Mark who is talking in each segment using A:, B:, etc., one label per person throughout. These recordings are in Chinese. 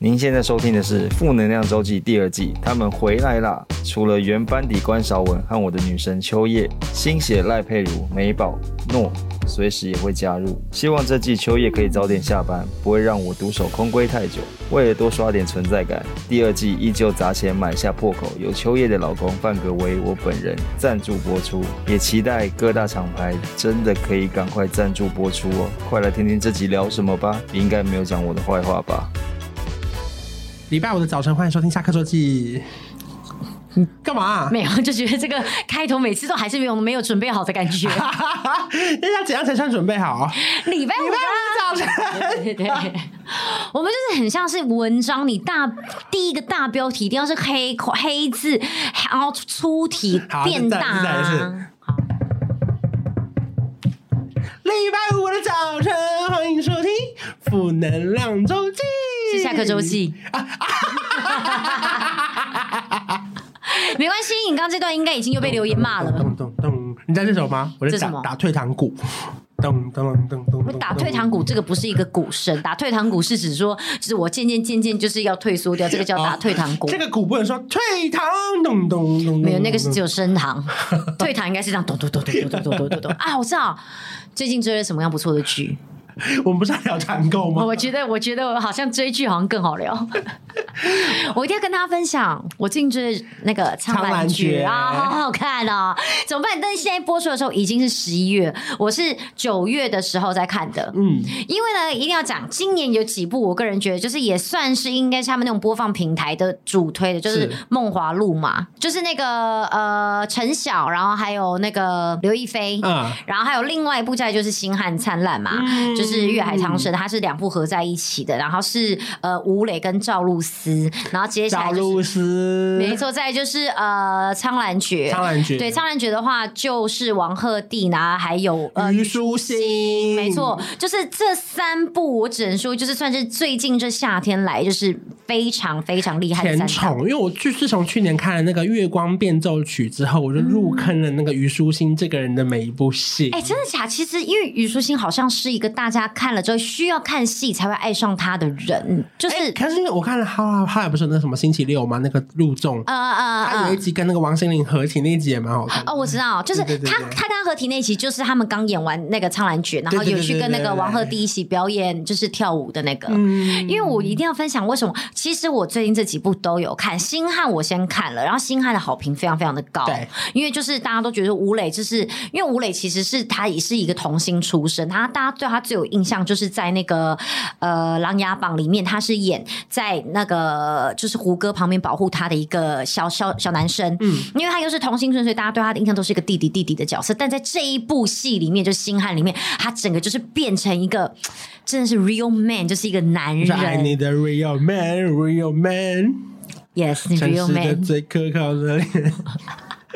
A: 您现在收听的是《负能量周记》第二季，他们回来啦！除了原班底关韶文和我的女神秋叶，新血赖佩如、美宝、诺，随时也会加入。希望这季秋叶可以早点下班，不会让我独守空闺太久。为了多刷点存在感，第二季依旧砸钱买下破口，由秋叶的老公范格为我本人赞助播出，也期待各大厂牌真的可以赶快赞助播出哦！快来听听这集聊什么吧，你应该没有讲我的坏话吧？
B: 礼拜五的早晨，欢迎收听下课周记。你干嘛、 啊？
C: 没有，就觉得这个开头每次都还是没有没有准备好的感 觉。
B: 那要怎样才算准备好？
C: 礼拜
B: 礼
C: 五啊
B: 拜五的早晨，
C: 对对对， 我们就是很像是文章，你大第一个大标题一定要是黑口黑字，然后粗体
B: 好
C: 变大、
B: 再来一次再来一
C: 啊。好
B: 礼拜五的早晨，欢迎收听《负能量周记》，
C: 是下课周。记。
B: 嗯
C: 没关系，你刚刚这段应该已经又被留言骂了。
B: 咚咚咚，你在这首吗？我在
C: 这
B: 打
C: 什么
B: 打退堂鼓。咚咚咚咚咚
C: 我
B: 咚，
C: 打退堂鼓，这个不是一个鼓声，打退堂鼓是指说，就是我渐渐渐渐就是要退缩掉，这个叫打退堂鼓。
B: 哦这个鼓不能说退堂，咚咚咚咚。
C: 没有，那个是只有升堂， 退堂应该是这样，咚咚咚咚咚咚咚咚 咚咚啊！我知道，最近追了什么样不错的剧？
B: 我们不是在聊团购吗？
C: 我觉得，我觉得我好像追剧好像更好聊。 我一定要跟大家分享，我最近追的那个《苍
B: 苍兰
C: 兰
B: 诀
C: 诀》啊，好好看哦！怎么办？但是现在播出的时候已经是十一月，我是九月的时候在看的。
B: 嗯，
C: 因为呢，一定要讲，今年有几部，我个人觉得就是也算是应该是他们那种播放平台的主推的，就是
B: 是
C: 《梦华录》嘛，就是那个呃陈晓，然后还有那个刘亦菲，
B: 啊
C: 然后还有另外一部再就是《星汉灿烂》嘛，
B: 嗯
C: 就是《粤海苍生》，它是两部合在一起的，然后是呃吴磊跟赵露思，然后接下
B: 赵
C: 来就是
B: 露思，
C: 没，错，再来就是呃《苍兰诀》，
B: 苍兰诀，
C: 对《苍兰诀》的话就是王鹤棣啊，还有呃
B: 虞书欣，
C: 没错，，
B: 嗯
C: 就是这三部，我只能说，就是算是最近这夏天来，就是非常非常厉害的
B: 甜
C: 三大。
B: 宠，因为我去自从去年看了那个《月光变奏曲》之后，我就入坑了那个虞书欣这个人的每一部戏。
C: 嗯哎、真的假？其实因为虞书欣好像是一个大家看了之后需要看戏才会爱上她的人，就是、
B: 哎可是因为我看了《哈啦哈》，不是那什么星期六吗？那个陆纵，
C: 呃呃
B: 他有一
C: 呃。
B: 集跟那个王心凌合体，那一集也蛮好看的。
C: 哦，我知道，就是
B: 对对对
C: 他，
B: 对
C: 他跟他合体那集，就是他们刚演完那个《苍兰诀》，然后
B: 对对
C: 有
B: 对
C: 去
B: 对
C: 跟那
B: 对
C: 个
B: 对
C: 王鹤
B: 对
C: 棣一起表演，就是跳舞的那个。
B: 嗯，
C: 因为我一定要分享为什么。其实我最近这几部都有看，《星汉》我先看了，然后《星汉》的好评非常非常的高
B: 对，
C: 因为就是大家都觉得吴磊，就是因为吴磊其实是他也是一个童星出身，他大家对他最有印象就是在那个呃《琅琊榜》里面，他是演在那个就是胡歌旁边保护他的一个小小小男生，
B: 嗯
C: 嗯，因为他又是童星出身，所以大家对他的印象都是一个弟弟弟弟的角色，但在这一部戏里面，就是《星汉》里面，他整个就是变成一个。真的是 real man，就是一个男
B: 就是爱
C: 人，
B: 你的 real man，real man，
C: Yes, the
B: 诚
C: real
B: 实的
C: man，
B: 最可靠的脸。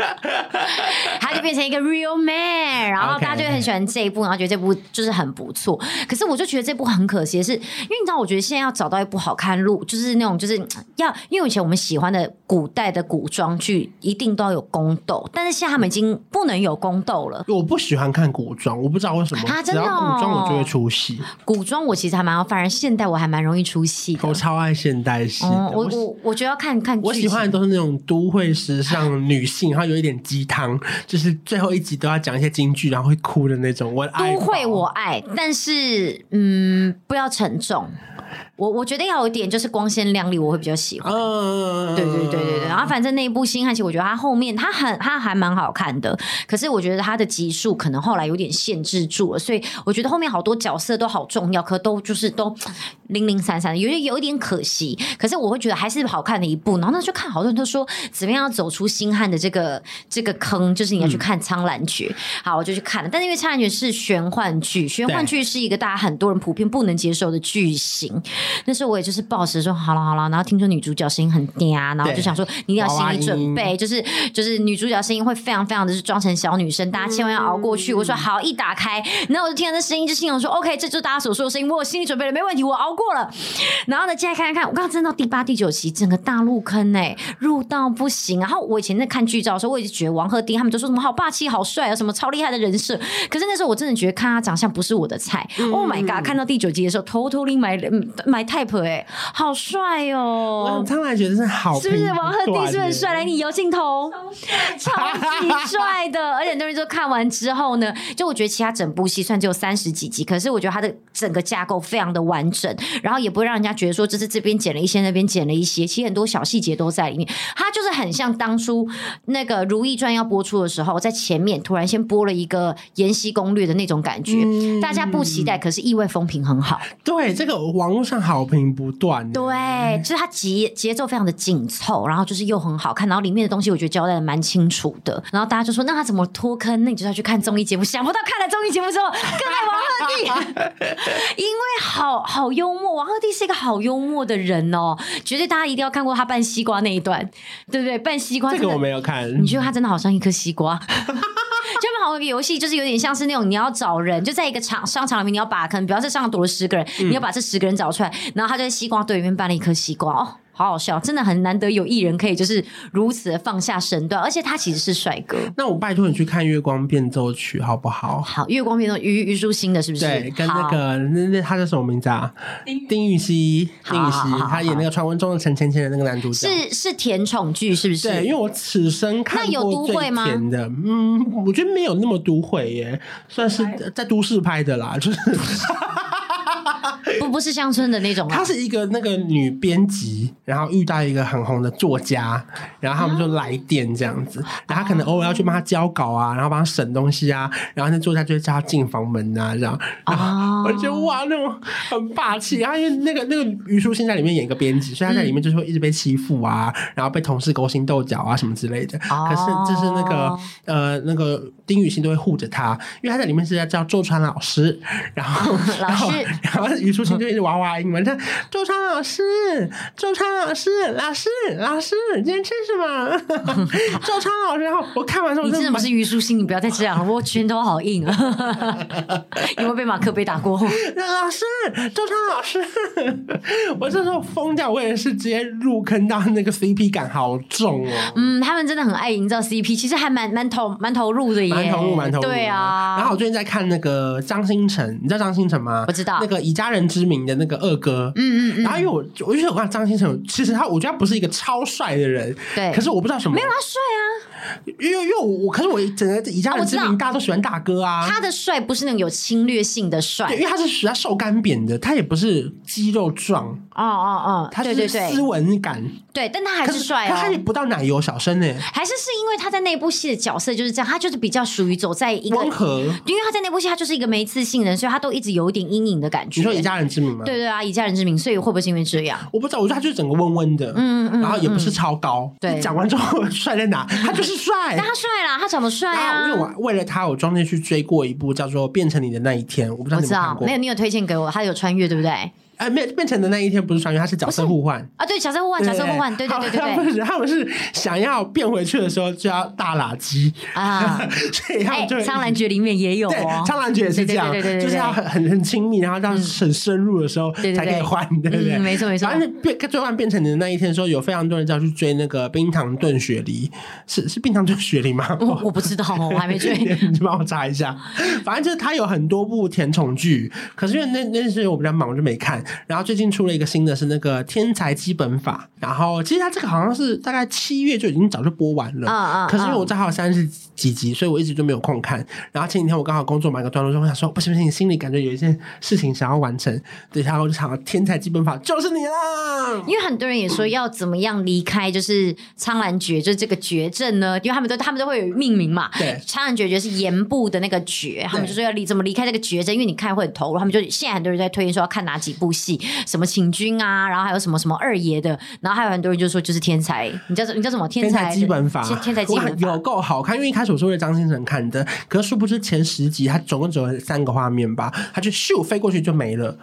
C: 他就变成一个 real man，然后
B: OK，OK
C: 大家就很喜欢这一部，然后觉得这部就是很不错。可是我就觉得这部很可惜的是，因为你知道，我觉得现在要找到一部好看路，就是那种就是嗯要，因为以前我们喜欢的古代的古装剧一定都要有宫斗，但是现在他们已经不能有宫斗了。
B: 我不喜欢看古装，我不知道为什么，
C: 啊
B: 只
C: 真的
B: 要
C: 哦
B: 古装我就会出戏。
C: 古装我其实还蛮好，反而现代我还蛮容易出戏的
B: 我。超爱现代戏的，
C: 嗯，我
B: 我喜
C: 我我觉得要看看
B: 我
C: 剧
B: 喜
C: 情
B: 欢的都是那种都会时尚女性，然后有一点鸡汤，就是最后一集都要讲一些京剧，然后会哭的那种。我的爱
C: 都会
B: 宝
C: 我爱，但是嗯，不要沉重。我我觉得要有一点就是光鲜亮丽，我会比较喜欢。
B: 嗯，
C: 对对对对对，然后反正那一部《星汉》，其实我觉得它后面它很它还蛮好看的，可是我觉得它的集数可能后来有点限制住了，所以我觉得后面好多角色都好重要，可都就是都零零散散，有点有一点可惜。可是我会觉得还是好看的一部，然后那就看好多人都说怎么样要走出星汉的这个这个坑，就是你
B: 嗯
C: 要去看《苍兰诀》好，我就去看了，但是因为《苍兰诀》是玄幻剧，玄幻剧是一个大家很多人普遍不能接受的剧情，那时候我也就是抱持说好了好了，然后听说女主角声音很嗲，然后就想说你一定要心理准
B: 娃娃
C: 备，就是就是女主角声音会非常非常的是装成小女生，大家千万要熬过去。我说好，一打开，然后我就听到那声音，就心想说 OK，这就是大家所说的声音，我有心理准备了，没问题，我熬过了。然后呢，接下来看一看，我刚刚真的到第八、第九集，整个大入坑哎、入到不行。然后我以前在看剧照的时候，我也觉得王鹤棣他们都说什么好霸气、好帅啊，什么超厉害的人设。可是那时候我真的觉得看他长相不是我的菜。oh my god！看到第九集的时候，偷偷拎买嗯买 type 哎、好帅哦
B: 王！苍兰觉得是好
C: 是
B: 评断
C: 不是
B: 耶，
C: 王鹤棣是不是帅？来，你摇镜头，超级 帅的！而且很多人说看完之后呢，就我觉得其他整部戏虽然只有三十几集，可是我觉得它的整个架构非常的完整，然后也不会让人家觉得说这是这边剪了一些，那边剪了一些，其实很多小细节都在里面。它就是很像当初那个《如懿传》要播出的时候，在前面突然先播了一个《延禧攻略》的那种感觉，
B: 嗯
C: 大家不期待，可是意外风评很好。
B: 对，这个网络上好评不断。
C: 对，就是它节节奏非常的紧凑，然后就是又很好看，然后里面的东西我觉得交代的蛮清楚的。然后大家就说，那他怎么脱坑？那你就要去看综艺节目。想不到看了综艺节目之后，更爱王鹤棣， 因为好好幽默，王鹤棣是一个好幽默的人哦，绝对大家一定要看过他拌西瓜那一段，对不对？拌西瓜
B: 这
C: 真
B: 个
C: 的
B: 我没有看，
C: 你觉得他真的好像一颗西瓜？ 就他们好像有个游戏，就是有点像是那种你要找人，就在一个场商场里面，你要把可能比方说商场躲了十个人，
B: 嗯
C: 你要把这十个人找出来，然后他就在西瓜堆里面搬了一颗西瓜，哦，好好笑，真的很难得有艺人可以就是如此的放下身段，而且他其实是帅哥。
B: 那我拜托你去看《月光变奏曲》好不好？
C: 好，月光变成于于舒心的，是不是？
B: 对，跟那
C: 好
B: 个那那他叫什么名字啊？丁禹兮，
C: 好
B: 丁禹
C: 好
B: 兮
C: 好好，
B: 他演那个传闻中的陈芊芊的那个男主角。
C: 是是甜宠剧，是不是？
B: 对，因为我此生看
C: 那有
B: 过
C: 都
B: 最
C: 会吗
B: 甜的，嗯，我觉得没有那么都会耶，算是在都市拍的啦，就是
C: 不不是乡村的那种啊
B: 她是一个那个女编辑，然后遇到一个很红的作家，然后他们就来电这样
C: 哦
B: 子，然后她可能偶尔要去帮他交稿啊，然后帮他审东西啊，然后那作家就会叫他进房门啊，这样，然
C: 哦
B: 后我就觉得哇，那种很霸气。然后因为那个那个于书欣在里面演一个编辑，所以她在里面就是会一直被欺负啊，然后被同事勾心斗角啊什么之类的。
C: 哦
B: 可是就是那个呃那个丁禹兮都会护着她，因为她在里面是在叫周川老师，然后
C: 老
B: 然后
C: 师
B: 然后虞书欣就一直娃娃音嘛，他周昌老师，周昌老师，老师，老师，你今天吃什么？ 周昌老师，然后我看完之后，
C: 你
B: 我
C: 真
B: 真
C: 的
B: 的
C: 不是
B: 蛮，
C: 虞书欣，你不要再这样了，我拳头好硬啊！ 有没有被马克杯打过？
B: 老师，周昌老师， 我这时候疯掉，我也是直接入坑到那个 CP 感好重哦。
C: 嗯，他们真的很爱营造 CP，其实还蛮蛮投蛮投入的耶，
B: 蛮投入，蛮投入的。
C: 嗯对啊，
B: 然后我最近在看那个张新成，你知道张新成吗？
C: 不知道
B: 那个以家人之名的那个二哥。
C: 嗯嗯嗯，
B: 然后因为我，我就我看张新成，其实他我觉得他不是一个超帅的人，
C: 对
B: 可是我不知道什么，
C: 没有他帅啊
B: 因为因为我我可是我整个以家人之
C: 啊我知道
B: 名，大家都喜欢大哥啊
C: 啊，。他的帅不是那种有侵略性的帅，
B: 对，因为他是属于他瘦干扁的，他也不是肌肉壮，
C: 哦哦哦，
B: 他
C: 对
B: 就
C: 对
B: 是
C: 对
B: 斯文感，
C: 对，但他还
B: 可
C: 是帅
B: 可他也
C: 哦。
B: 不到奶油小生呢、欸
C: 还是是因为他在那部戏的角色就是这样，他就是比较属于走在一个
B: 温，和。
C: 因为他在那部戏他就是一个没自信的人，所以他都一直有一点阴影的感觉。
B: 你说以家人之名吗？
C: 对，对啊，以家人之名，所以会不会是因为这样？
B: 我不知道，我觉得他就是整个温温的，
C: 嗯嗯
B: 然后也不
C: 嗯
B: 是超高。
C: 对
B: 你讲完之后帅在哪？他就是帅
C: 但。他帅啦，他长得帅
B: 然后
C: 啊，
B: 因为哎我为了他，我中间去追过一部叫做《变成你的那一天》，我不知道
C: 我
B: 你
C: 知
B: 们
C: 道
B: 看，过
C: 没有。你有推荐给我，他有穿越对不对？
B: 哎，没有，《变成的那一天》不是穿越，他是角色互换。
C: 啊，对，角色互换，角色互换，对对对
B: 他
C: 对
B: 们不
C: 对
B: 是他们是想要变回去的时候就要大垃圾，
C: 啊！
B: 所以他
C: 哎
B: 们就，会
C: 苍兰诀里面也有
B: 对
C: 哦，，
B: 苍兰诀也是这样，
C: 对对对对对
B: 就是要很很很亲密，然后到很深入的时候
C: 对对
B: 才可以换，对不对？
C: 嗯没错没错
B: 然后变最后变成你的那一天的时候，有非常多人要去追那个冰糖炖雪梨，是是冰糖炖雪梨吗？
C: 我我不知道，我还没 嗯追。
B: 你帮我查一下，反正就是他有很多部甜宠剧，可是因为那那段时间我比较忙，我就没看。然后最近出了一个新的是那个《天才基本法》，然后其实他这个好像是大概七月就已经早就播完了，
C: 嗯嗯
B: 可是因为
C: 嗯
B: 我正好三十几集，所以我一直就没有空看。然后前几天我刚好工作忙一个段落，之后我想说不行不行，心里感觉有一件事情想要完成，对，然后我就想《天才基本法》就是你啦。
C: 因为很多人也说要怎么样离开，就是苍兰诀，就是这个绝症呢？因为他们都他们都会有命名嘛。
B: 对
C: 苍兰诀就是言部的那个诀，他们就说要离怎么离开这个绝症，因为你看会很投入。他们就现在很多人在推荐说要看哪几部戏，什么《请君》啊，然后还有什么什么二爷的，然后还有很多人就说就是天才，你叫什你叫什么天
B: 天
C: 才
B: 才
C: 的
B: 基本法
C: 天，天才基
B: 我
C: 本
B: 看
C: 法
B: 有够好看，因为一开始我是为了张新成看的，可是殊不知前十集他总共只有三个画面吧，他就咻飞过去就没了。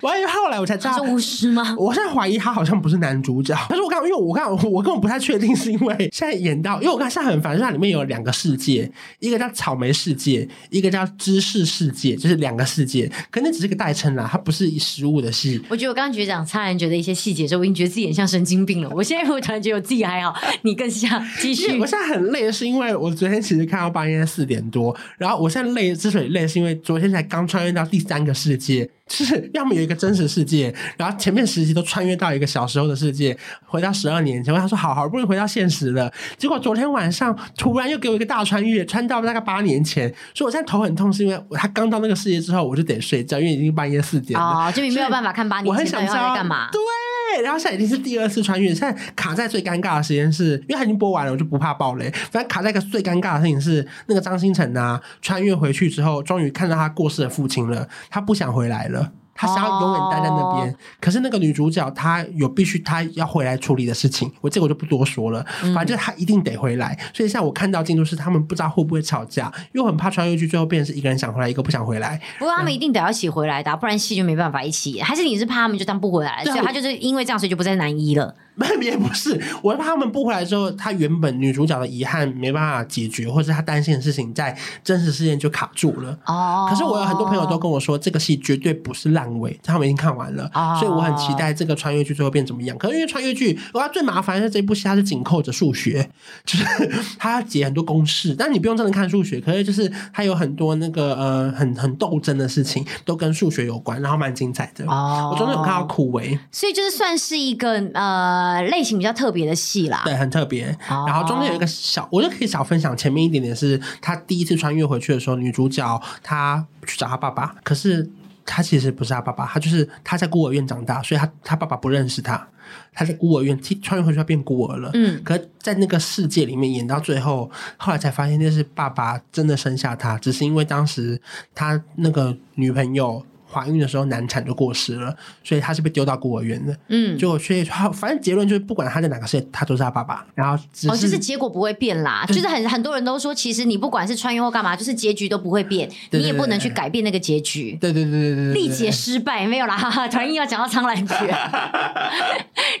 B: 我还以为后来我才知
C: 他
B: 道
C: 是，巫师吗？
B: 我现在怀疑他好像不是男主角。可是我刚，因为我刚我根本不太确定，是因为现在演到，因为我刚现在很烦，就是它里面有两个世 界，一个叫草莓世界，一个叫芝士世界，就是两个世界，可那只是个代称啦，它不是以食物的戏。
C: 我觉得我刚刚觉得讲苍兰诀的一些细节之后，我已经觉得自己很像神经病了。我现在我突然觉得我自己 还好，你更像。继
B: 因为
C: 续
B: 我，现在很累，是因为我昨天其实看到半夜四点多，然后我现在累，之所以累，是因为昨天才刚穿越到第三个世界，就是要么有一个真实世界，然后前面十集都穿越到一个小时候的世界，回到十二年前。他说好好不容易回到现实了，结果昨天晚上突然又给我一个大穿越，穿到大概八年前。所以我现在头很痛，是因为他刚到那个世界之后，我就得睡觉，因为已经半夜四点了。
C: 哦，就你没有办法看八
B: 我
C: 年
B: 很
C: 前
B: 想
C: 到底
B: 知道
C: 哦在干嘛。
B: 对，然后现在已经是第二次穿越，现在卡在最尴尬的时间是，因为它已经播完了，我就不怕爆雷。反正卡在一个最尴尬的事情是，那个张新成啊，穿越回去之后，终于看到他过世的父亲了，他不想回来了。他想要永远待在那边，
C: 哦
B: 可是那个女主角她有必须她要回来处理的事情，我这个我就不多说了。
C: 嗯
B: 反正就是她一定得回来，所以像我看到进度是他们不知道会不会吵架，因为我很怕穿越剧最后变成是一个人想回来，一个不想回来。
C: 不过他们一定得要一起回来的啊、不然戏就没办法一起演。还是你是怕他们就当不回来了，
B: 对啊
C: 所以他就是因为这样，所以就不在男一了。
B: 也不是，我怕他们不回来之后，他原本女主角的遗憾没办法解决，或者他担心的事情在真实事件就卡住了。
C: 哦，
B: 可是我有很多朋友都跟我说，这个戏绝对不是烂尾，他们已经看完了，
C: 哦
B: 所以我很期待这个穿越剧最后变怎么样。可是因为穿越剧，我要最麻烦的是这部戏它是紧扣着数学，就是 它要解很多公式，但你不用真的看数学，可是就是它有很多那个呃很很斗争的事情都跟数学有关，然后蛮精彩的。
C: 哦，
B: 我中间有看到苦维，
C: 所以就是算是一个呃类型比较特别的戏啦。
B: 对，很特别。
C: 哦
B: 然后中间有一个小，我就可以小分享前面一点点是，她第一次穿越回去的时候，女主角她去找她爸爸，可是她其实不是她爸爸，她就是她在孤儿院长大，所以她她爸爸不认识她，她在孤儿院踢穿越回去，她变孤儿了。
C: 嗯，
B: 可在那个世界里面演到最后，后来才发现那是爸爸真的生下她，只是因为当时她那个女朋友怀孕的时候难产就过世了，所以她是被丢到孤儿院的。
C: 嗯，
B: 就所以他反正结论就是，不管他在哪个世界，他都是他爸爸。然后只、
C: 哦，就是是结果不会变啦，就是很很多人都说，其实你不管是穿越或干嘛，就是结局都不会变，
B: 对
C: 你也
B: 对
C: 不
B: 对
C: 能去改变那个结局。
B: 对对对对对对，对
C: 历劫失败没有 啦，哈哈，团一要讲到苍兰诀，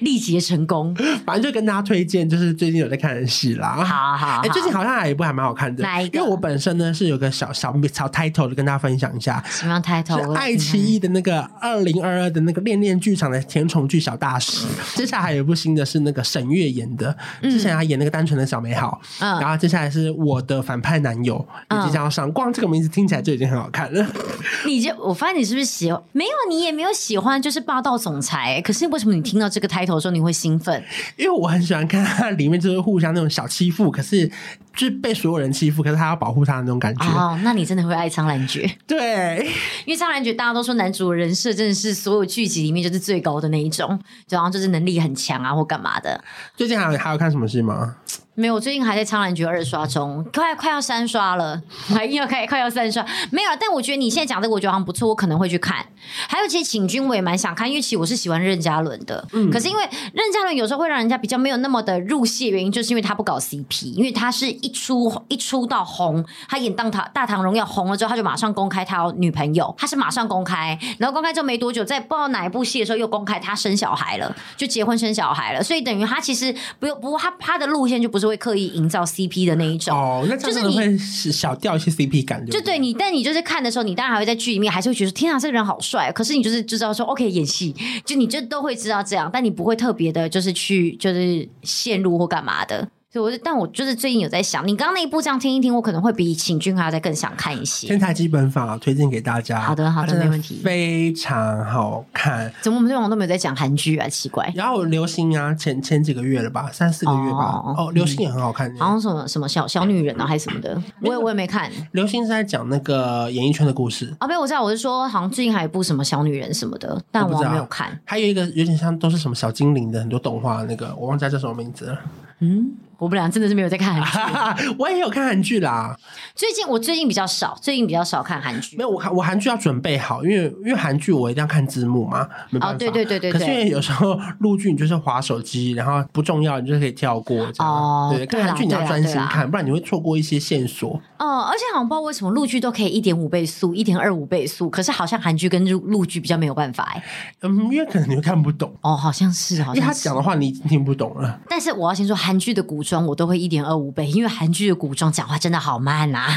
C: 历劫成功，
B: 反正就跟大家推荐，就是最近有在看的戏啦。
C: 好好好
B: 哎、，最近好像还有一部还蛮好看的，
C: 哪一个
B: 因为我本身呢是有个小小小 title 的跟大家分享一下，
C: 什么样 title？
B: 是
C: 我
B: 爱奇艺的那个二零二二的那个恋恋剧场的甜宠剧小大 师。接下来还有一部新的是那个沈月演的，之前她演那个单纯的小美好，
C: 嗯
B: 然后接下来是我的反派男友也即将要上，光这个名字听起来就已经很好看了。
C: 你就我发现你是不是喜欢？没有，你也没有喜欢，就是霸道总裁、可是为什么你听到这个 title 的时候你会 兴奋？
B: 因为我很喜欢看他里面就是互相那种小欺负，可是就是被所有人欺负，可是他要保护他的那种感觉。
C: 哦，那你真的会爱苍兰诀，
B: 对，
C: 因为苍兰诀大家都说男主的人设真的是所有剧集里面就是最高的那一种，然后就是能力很强啊或干嘛的。
B: 最近还有还有看什么戏吗？
C: 没有，我最近还在《苍兰诀》二刷中，快快要三刷了， 还要快快要三刷，没有。但我觉得你现在讲这个，我觉得好像不错，我可能会去看。还有，其实《请君》我也蛮想看，因为其实我是喜欢任嘉伦的，可是因为任嘉伦有时候会让人家比较没有那么的入戏，原因就是因为他不搞 CP，因为他是一出一出到红，他演《大唐大唐荣耀》红了之后，他就马上公开他有女朋友，他是马上公开，然后公开之后没多久，在不知道哪一部戏的时候又公开他生小孩了，就结婚生小孩了，所以等于他其实不用不过他他的路线就不是会刻意营造 CP 的那一种。
B: 哦，那这
C: 就是
B: 样真的
C: 你
B: 会小掉一些 CP 感，
C: 就
B: 对不
C: 对
B: 对？
C: 你，但你就是看的时候，你当然还会在剧里面还是会觉得天啊，这个人好帅。可是你就是知道说 OK 演戏，就你就都会知道这样，但你不会特别的，就是去就是陷入或干嘛的。所以我就，但我就是最近有在想，你刚刚那一部这样听一听，我可能会比《请君》还要再更想看一些。
B: 天才基本法推荐给大家，
C: 好的好的
B: 它真
C: 没问题
B: 非常好看。
C: 怎么我们这种都没有在讲韩剧啊？奇怪，
B: 然后流星啊，前前几个月了吧，三四个月吧，
C: 哦
B: 哦，流星也很好看耶。
C: 好像什么什么小小女人啊，还是什么的，我也我也没看
B: 流星是在讲那个演艺圈的故事，
C: 啊。没有，我知道，我是说，好像最近还有一部什么小女人什么的，但
B: 我不
C: 我
B: 知道
C: 没有看。
B: 还有一个有点像都是什么小精灵的很多动画，那个我忘记它叫什么名字 了。
C: 嗯，我们俩真的是没有在看韩剧。
B: 哈哈，我也有看韩剧啦，
C: 最近我最近比较少，最近比较少看韩剧
B: 没。有我韩我韩剧要准备好，因为因为韩剧我一定要看字幕嘛，没办法。
C: 哦对对对对对
B: 可是因为有时候陆剧你就是划手机，然后不重要你就可以跳过这样。
C: 哦
B: 对，
C: 对
B: 看
C: 啦
B: 韩剧你要
C: 对啦
B: 专心
C: 对啦
B: 看，不然你会错过一些线索。
C: 哦，而且好像不知道为什么陆剧都可以一点五倍速、一点二五倍速，可是好像韩剧跟陆陆剧比较没有办法哎。
B: 嗯，因为可能你会看不懂，
C: 哦，好像是，好
B: 因为他
C: 像是
B: 讲。的话你已经听不懂了。
C: 但是我要先说，韩剧的古装我都会一点二五倍，因为韩剧的古装讲话真的好 慢啊。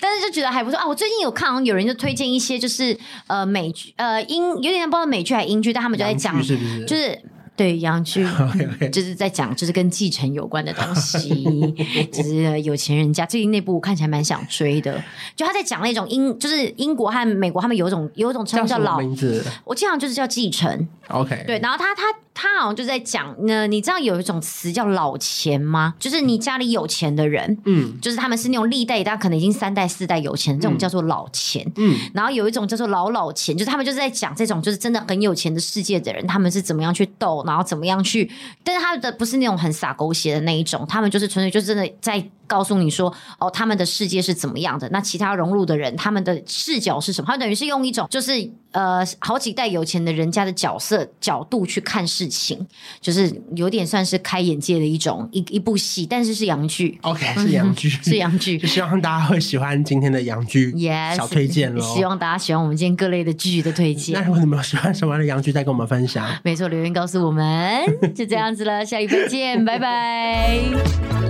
C: 但是就觉得还不错啊！我最近有看，好像有人就推荐一些就是呃美剧呃英，有点不知道美剧还是英剧，但他们就在
B: 洋
C: 讲
B: 剧是不是？
C: 就是嗯对 杨去
B: OK OK，
C: 就是在讲就是跟继承有关的东西， 就是有钱人家。最近那部我看起来蛮想追的，就他在讲那种英，就是英国和美国他们有一种有一种称
B: 叫
C: 呼
B: 什
C: 叫
B: 么
C: 老，
B: 名字
C: 我经常就是叫继承。
B: ？OK，
C: 对，然后他他他好像就在讲呢，你知道有一种词叫老钱吗？就是你家里有钱的人，
B: 嗯
C: 就是他们是那种历代，但可能已经三代四代有钱，这种叫做老钱。
B: 嗯，
C: 然后有一种叫做老老钱，就是他们就是在讲这种就是真的很有钱的世界的人，他们是怎么样去斗，然后怎么样去，但是他们的不是那种很洒狗血的那一种，他们就是纯粹就真的在告诉你说，哦，他们的世界是怎么样的，那其他融入的人他们的视角是什么，他等于是用一种就是呃好几代有钱的人家的角色角度去看事情，就是有点算是开眼界的一种一一部戏，但是是洋剧，
B: OK，是洋剧，
C: 嗯是洋剧
B: 就。希望大家会喜欢今天的洋剧
C: Yes，
B: 小推荐喽。
C: 希望大家喜欢我们今天各类的剧的推
B: 那
C: 荐。
B: 如果你们有喜欢什么样的洋剧，再跟我们分享。
C: 没错，留言告诉我们，就这样子了，下礼拜见，拜拜。